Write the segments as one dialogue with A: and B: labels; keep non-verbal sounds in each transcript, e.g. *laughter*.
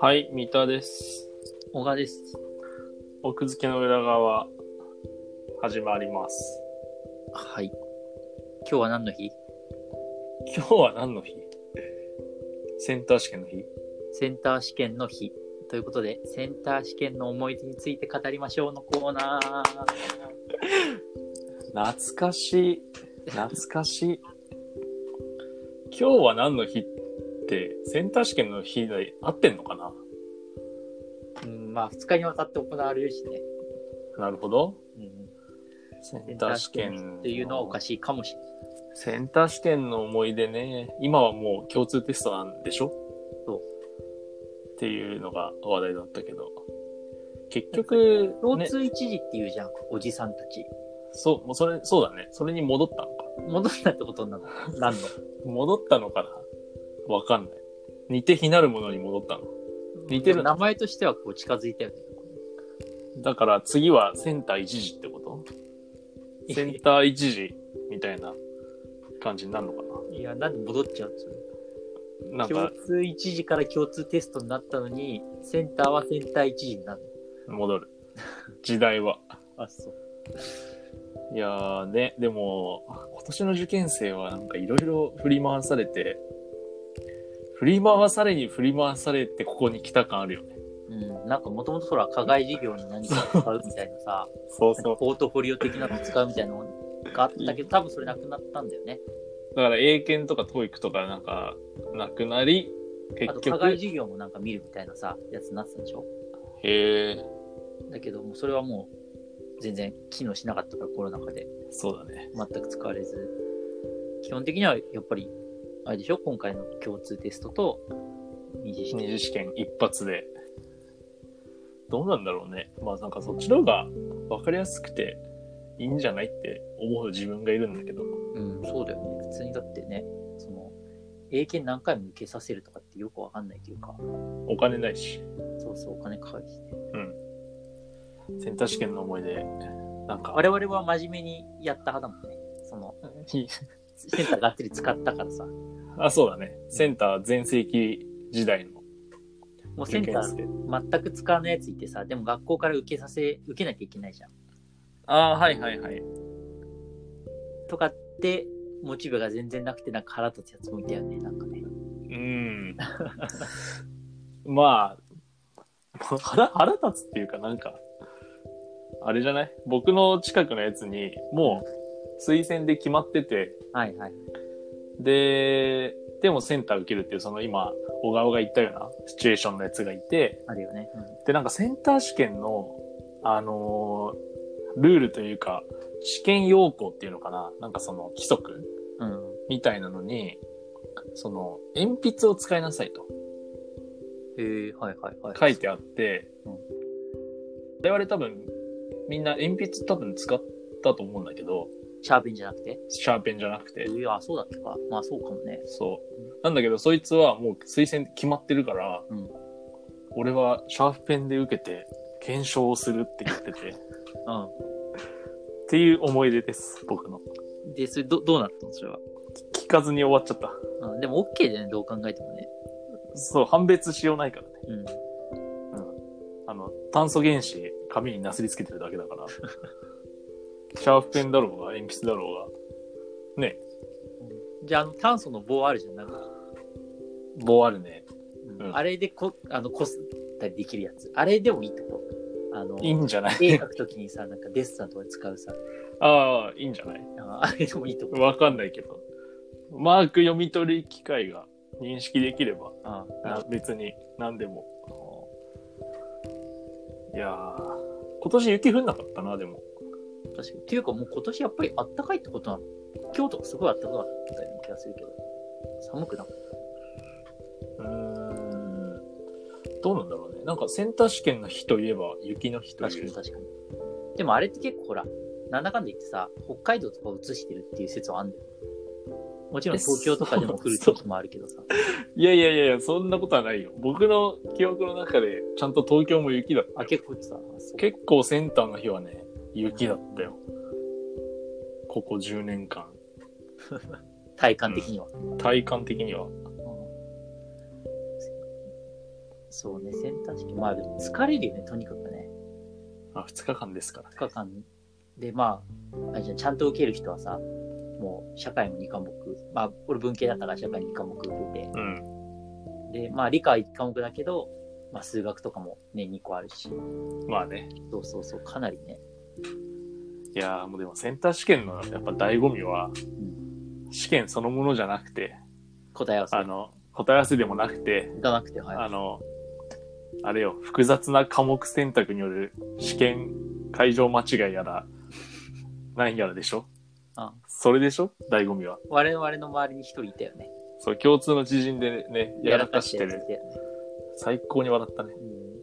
A: はい、三田です。
B: 小川です。
A: 奥付けの裏側、始まります。
B: はい。今日は何の日
A: 今日は何の日センター試験の日
B: センター試験の日。ということで、センター試験の思い出について語りましょうのコーナー。
A: 懐かしい。懐かしい。今日は何の日って、センター試験の日で合ってんのかな
B: うん、まあ、2日にわたって行われるしね。
A: なるほど。
B: うん、
A: セ
B: セ
A: ン
B: ン
A: タ
B: タ
A: ー
B: ー
A: 試
B: 試
A: 験
B: 験っていうのはおかしいかもしれない。
A: センター試験の思い出ね、今はもう共通テストなんでしょ
B: そ
A: っ
B: う
A: ていうのが話題だったけど。結局、
B: 交
A: ね、
B: 通一時っていうじゃん、おじさんたち。
A: そう、もうそれ、そうだね。それに戻ったのか。
B: 戻ったってことになるの *laughs* 何の
A: 戻ったのかなわかんない。似て非なるものに戻ったの。似てる
B: 名前としてはこう近づいたよね。
A: だから次はセンター一時ってことセンター一時みたいな感じになるのか
B: いや、なんで戻っちゃうんですよ。
A: ななん
B: 共
A: か
B: 通一時から共通テストになったのに、センターはセンター一時になる
A: 戻る。時代は。
B: の。あ、そう。
A: いやーね、でも、今年の受験生はなんかいろいろ振り回されて、振り回されに振り回されてここに来た感あるよね。
B: うん、なんかもともとほら、課外事業に何か使うみたいなさ、
A: *laughs* そう
B: なん
A: そ
B: か
A: う。
B: ポートフォリオ的なの使うみたいなのがあったけど、多分それなくなったんだよね。
A: だから英検とか TOEIC とかなんかなくなり、
B: あ
A: 結
B: と、課
A: 局
B: 外、事業もなんか見るみたいなさ、やつになってたでしょ
A: へえ、
B: だけど、もうそれはもう、全然機能しなかったから、コロナ禍で。
A: そうだね。
B: 全く使われず。基本的には、やっぱり、あれでしょ今回の共通テストと、二次試
A: 二
B: 験。
A: 次試験一発で。どうなんだろうね。まあなんかそっちの方が分かりやすくていいんじゃないって思う自分がいるんだけど。
B: うん、そうだよね。普通にだってね、その、英検何回も受けさせるとかってよくわかんないというか、
A: お金ないし。
B: そうそう、お金かかるしね。
A: センター試験の思い出、なんか、
B: 我々は真面目にやった派だもんね。その、
A: ひ
B: センターがっつり使ったからさ。も
A: あ、そうだね。センター全盛期時代の
B: うセンタ
A: 生。
B: ー全く使わないやついてさ、でも学校から受けさせ、受けなきゃいけないじゃん。
A: ああ、はいはいはい。
B: とかって、モチベが全然なくて、なんか腹立つやつもいたよね、なんかね。
A: うん。 *laughs* まあ、腹、腹立つっていうかなんか、あれじゃない僕の近くのやつに、もう推薦で決まってて、
B: はいはい。
A: で、でもセンター受けるっていう、その今、小川が言ったようなシチュエーションのやつがいて、
B: あるよね。うん
A: で、なんかセンター試験の、あのールールというか、試験要項っていうのかななんかその規則
B: うん。
A: みたいなのに、その、鉛筆を使いなさいと
B: へえ、はいはいはい。
A: 書いてあって
B: う
A: 我
B: ん、
A: 々多分、みんな鉛筆多分使ったと思うんだけど、
B: シャーペンじゃなくて。
A: シャーペンじゃなくて。
B: いや、そうだったか。まあそうかもね。
A: そう。なんだけど、そいつはもう推薦決まってるから、
B: うん
A: 俺はシャープペンで受けて、検証をするって言ってて、っていう思い出です、僕の。
B: うん。で、それど、どうなったのそれは。
A: 聞かずに終わっちゃった。
B: うん、でも OK だよね、どう考えてもね。
A: そう、判別しようないからね。
B: うん。
A: あの、炭素原子、紙になすりつけてるだけだ
B: *laughs*
A: から。シャープペンだろうが、鉛筆だろ
B: じゃあ、あの炭素の棒あるじゃん、なんか。
A: うが、棒あるね。うん
B: あれでこ、あの、こすったりできるやつ。あれでもいいってことあの、
A: いいんじゃない
B: 絵描くときにさ、なんかデッサンとかで使うさ、
A: ああ、いいんじゃない
B: ああれでもいいってこと
A: わかんないけど。マーク読み取り機械が認識できれば、
B: あ
A: な別に何でもいやー今年雪降んなかったなでも
B: 確かに。っていうかもう今年やっぱりあったかいってことなの今日とかすごいあったかかったような気がするけど。寒くなかっ
A: うーんどうなんだろうねなんかセンター試験の日といえば雪の日
B: た
A: と
B: 確
A: い
B: かに
A: う
B: 確かに。でもあれって結構ほら、なんだかんだ言ってさ、北海道とかを映してるっていう説はあんだよ。もちろん東京とかでも来る時もあるけどさ。
A: いやいやいやいやそんなことはないよ僕の記憶の中でちゃんと東京も雪だった
B: あ、
A: よ
B: 結構さ、そう
A: 結構センターの日はね雪だったよここ10年間
B: 体感的には。
A: 体感的には。
B: そうね、センター試験。まあでも疲れるよね、とにかくね。
A: あ、2日間ですからね。
B: 2日間で、まあ、あれじゃんちゃんと受ける人はさ、もう社会も2科目。まあ、俺文系だったから社会2科目受けて。
A: うん。
B: で、まあ理科1科目だけど、まあ数学とかもね、2個あるし。
A: まあね。
B: そうそうそう、かなりね。
A: いやーもうでもセンター試験のやっぱ醍醐味は、試験そのものじゃなくて、
B: 答え合わせ
A: あの、答え合わせでもなくて、
B: がなくて、はい。
A: あの、あれよ、複雑な科目選択による試験会場間違いやら、何やらでしょ
B: あ
A: それでしょ醍醐味は。
B: 我々の周りに一人いたよね。
A: そう、共通の知人でね、やらかして
B: やらか
A: る。
B: たやついたよね
A: 最高に笑ったね。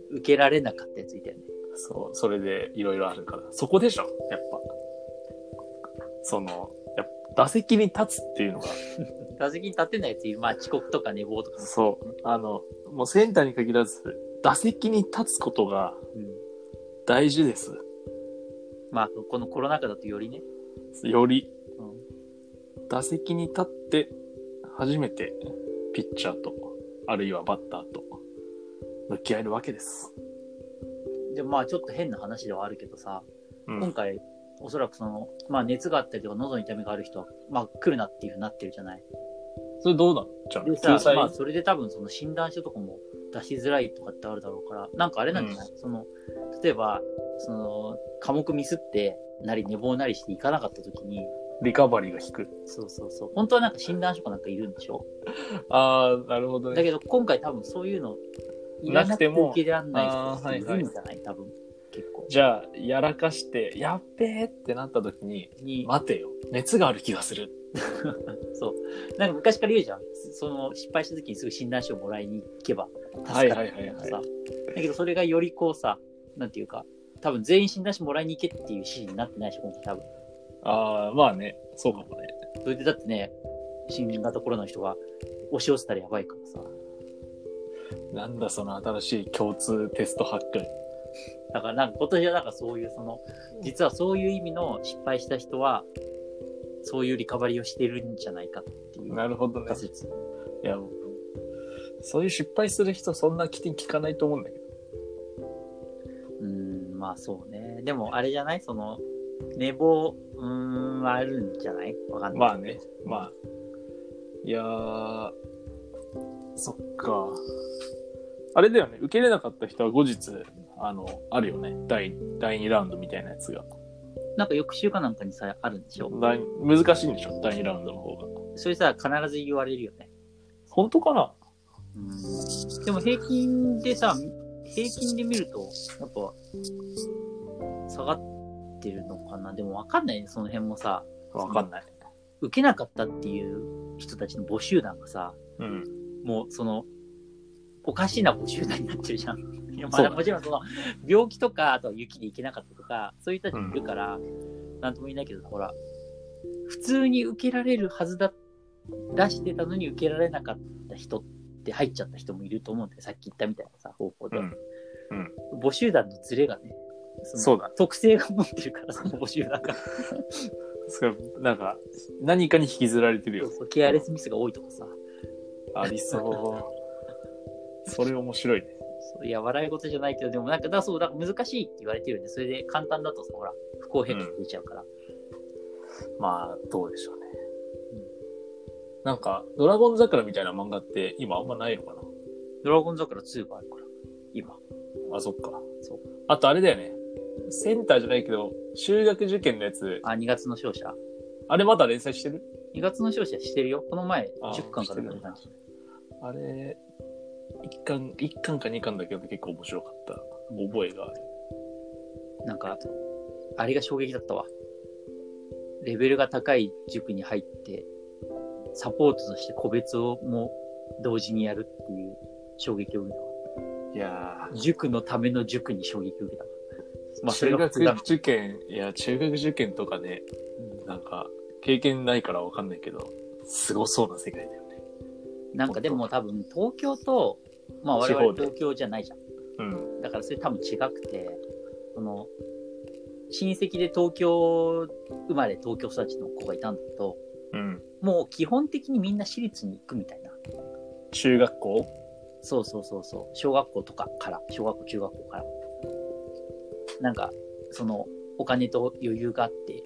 B: うん。受けられなかったやついたよね。
A: そう、それでいろいろあるから。そこでしょやっぱ。その、やっぱ打席に立つっていうのが、
B: 打席に立てないやついる。まあ遅刻とか寝坊とかも。
A: そう、あの、もうセンターに限らず、打席に立つことが
B: うん。
A: 大事です。
B: まあ、このコロナ禍だとよりね。
A: より、
B: うん
A: 打席に立って、初めて、ピッチャーと、あるいはバッターと、向き合えるわけです。
B: でまあちょっと変な話ではあるけどさ、
A: う
B: 今
A: ん。
B: 回おそらくその、まあ、熱があったりとか喉の痛みがある人は、まあ、来るなっていうふうになってるじゃない
A: それどうなんじゃ
B: で
A: あ、救、
B: さ
A: 済、
B: まあ、それで多分その診断書とかも出しづらいとかってあるだろうからなんかあれなんじゃない、その例えばその科目ミスってなり寝坊なりして行かなかった時に
A: リカバリーが効く。
B: そうそうそう本当はなんか診断書かなんかいるんでしょ
A: ああ、なるほど
B: だ
A: ね。
B: けど今回多分そういうのい
A: な
B: ら
A: く
B: なく
A: て
B: て
A: も
B: 受けられない人
A: あーはい
B: い
A: はい
B: るんじゃない多分結構
A: じゃあ、やらかして、やっべえってなった時に、
B: に
A: 待てよ。熱がある気がする。
B: そう。なんか昔から言うじゃん。その失敗した時にすぐ診断書をもらいに行けば助かるみたいな
A: はいはいはいは
B: さ。だけどそれがよりこうさ、なんていうか、多分全員診断書もらいに行けっていう指示になってないし、今回多分。
A: ああ、まあね。そうかもね。
B: それでだってね、新型コロナの人が押し寄せたらやばいからさ。
A: なんだその新しい共通テスト発見。
B: だからなんか今年はなんかそういうその、実はそういう意味の失敗した人は、そういうリカバリーをしてるんじゃないかっていう
A: なるほどね
B: 仮。説。
A: いや、そういう失敗する人そんな起点聞かないと思うんだけど。
B: うん、まあそうね。でもあれじゃないその、寝坊、うーん、あるんじゃないわかんない。
A: まあね、まあ。いやー、そっか。あれだよね、受けれなかった人は後日、あの、あるよね。第、第2ラウンドみたいなやつが。
B: なんか翌週かなんかにさ、あるんでしょ
A: 第難しいんでしょ第2ラウンドの方が。
B: それさ、必ず言われるよね。
A: 本当かな
B: うん。でも平均でさ、平均で見ると、やっぱ、下がってるのかな。でもわかんないね、その辺もさ、
A: わかんない。
B: 受けなかったっていう人たちの募集団がさ、
A: うん。
B: もうその、おかしな募集団になってるじ
A: *laughs*
B: ゃん。いやま
A: そうだ
B: あ、
A: ね
B: もちろんその、病気とか、あとは雪で行けなかったとか、そういう人たちもいるから、なんとも言えないけど、ほら、普通に受けられるはずだ、出してたのに受けられなかった人って入っちゃった人もいると思うんだよ。さっき言ったみたいなさ、方法で。
A: うん
B: 募集団のズレがね、の
A: そうだ。
B: 特性が持ってるから、その募集団が。
A: それなんか、何かに引きずられてる
B: そ
A: よ
B: う。そうケアレスミスが多いとかさ。
A: あり *laughs* そう。それ面白いね。
B: そういや、笑い事じゃないけど、でもなんか、だからそう、だから難しいって言われてるんで、それで簡単だとさ、ほら、不公平感出ちゃうから。
A: まあ、どうでしょうね
B: うん。
A: なんか、ドラゴン桜みたいな漫画って今あんまないのかな
B: ドラゴン桜2があるから、今。
A: あ、そっか。
B: そう
A: あとあれだよね。センターじゃないけど、中学受験のやつ、
B: あ、2月の勝者
A: あれまだ連載してる
B: ?2 月の勝者してるよ。この前、
A: あ
B: 10巻から出た感じ。
A: あれ、一巻、一巻か二巻だけど結構面白かった覚えがある。
B: なんか、あれが衝撃だったわ。レベルが高い塾に入って、サポートとして個別をも同時にやるっていう衝撃を受けたわ。
A: いや
B: 塾のための塾に衝撃を受けたわ。まあ、それ
A: 中
B: が普段
A: 学、受験、いや、中学受験とかね、
B: うん
A: なんか、経験ないからわかんないけど、すごそうな世界だよね。
B: なんかでも多分東京と、まあ
A: 地
B: 我
A: 方
B: 々
A: で
B: 東京じゃないじゃん。
A: うん。
B: だからそれ多分違くて、その、親戚で東京生まれ東京育ちの子がいたんだけど、
A: うん。
B: もう基本的にみんな私立に行くみたいな。
A: 中学校
B: そうそうそうそう。小学校とかから、小学校、中学校から。なんか、その、お金と余裕があって、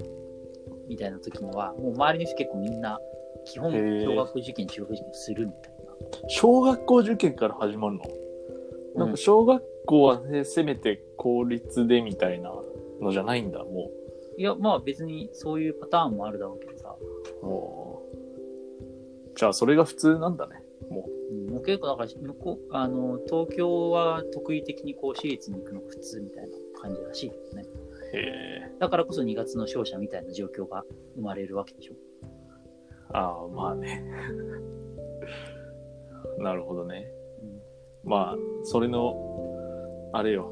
B: みたいな時には、もう周りの人結構みんな、基本、
A: へー
B: 小学校受験、中学校受験するみたいな。
A: 小学校受験から始まるのなんか小学校はね、せめて公立でみたいなのじゃないんだ、も
B: いや、まあ別にそういうパターンもあるだろうけどさ。
A: う。もうじゃあそれが普通なんだね。
B: うんもう結構だから、向こう、あの、東京は得意的にこう、私立に行くのが普通みたいな感じらしいですね。
A: へえ。
B: だからこそ2月の勝者みたいな状況が生まれるわけでしょ。
A: ああ、まあね。 *laughs* なるほどね。
B: うん
A: まあ、それの、あれよ、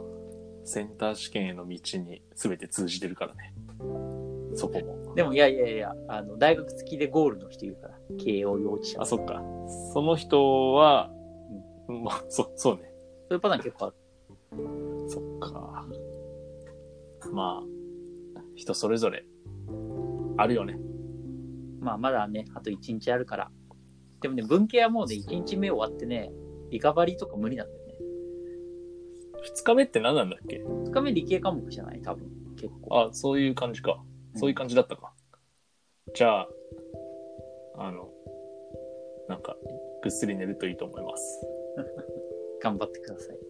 A: センター試験への道に全て通じてるからね。そこも。
B: でも、いやいやいや、あの、大学付きでゴールの人いるから、慶応幼稚者。
A: あ、
B: そ
A: そっか。その人は、まあ、そ、そうね。
B: ういうパターン結構ある。
A: そっか。まあ、人それぞれ、あるよね。
B: まあ、まだね、あと1日あるから。でもね、文系はもうね、1日目終わってね、リカバリーとか無理なんだよね。
A: 二日目って何なんだっけ
B: 2日目理系科目じゃない多分、結構。
A: あ、そういう感じか。そういう感じだったか。じゃあ、あの、なんか、ぐっすり寝るといいと思います。
B: 頑張ってください。